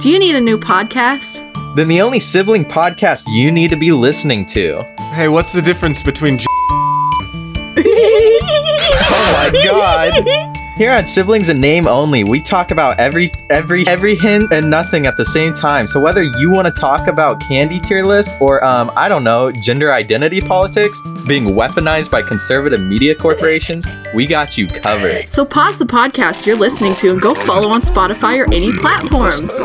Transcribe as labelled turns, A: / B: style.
A: Do you need a new podcast?
B: Then the only sibling podcast you need to be listening to.
C: Hey, what's the difference between j-
B: Oh my god. Here on Siblings and Name Only, we talk about every every every hint and nothing at the same time. So whether you want to talk about candy tier lists or um I don't know, gender identity politics being weaponized by conservative media corporations, we got you covered.
A: So pause the podcast you're listening to and go follow on Spotify or any platforms.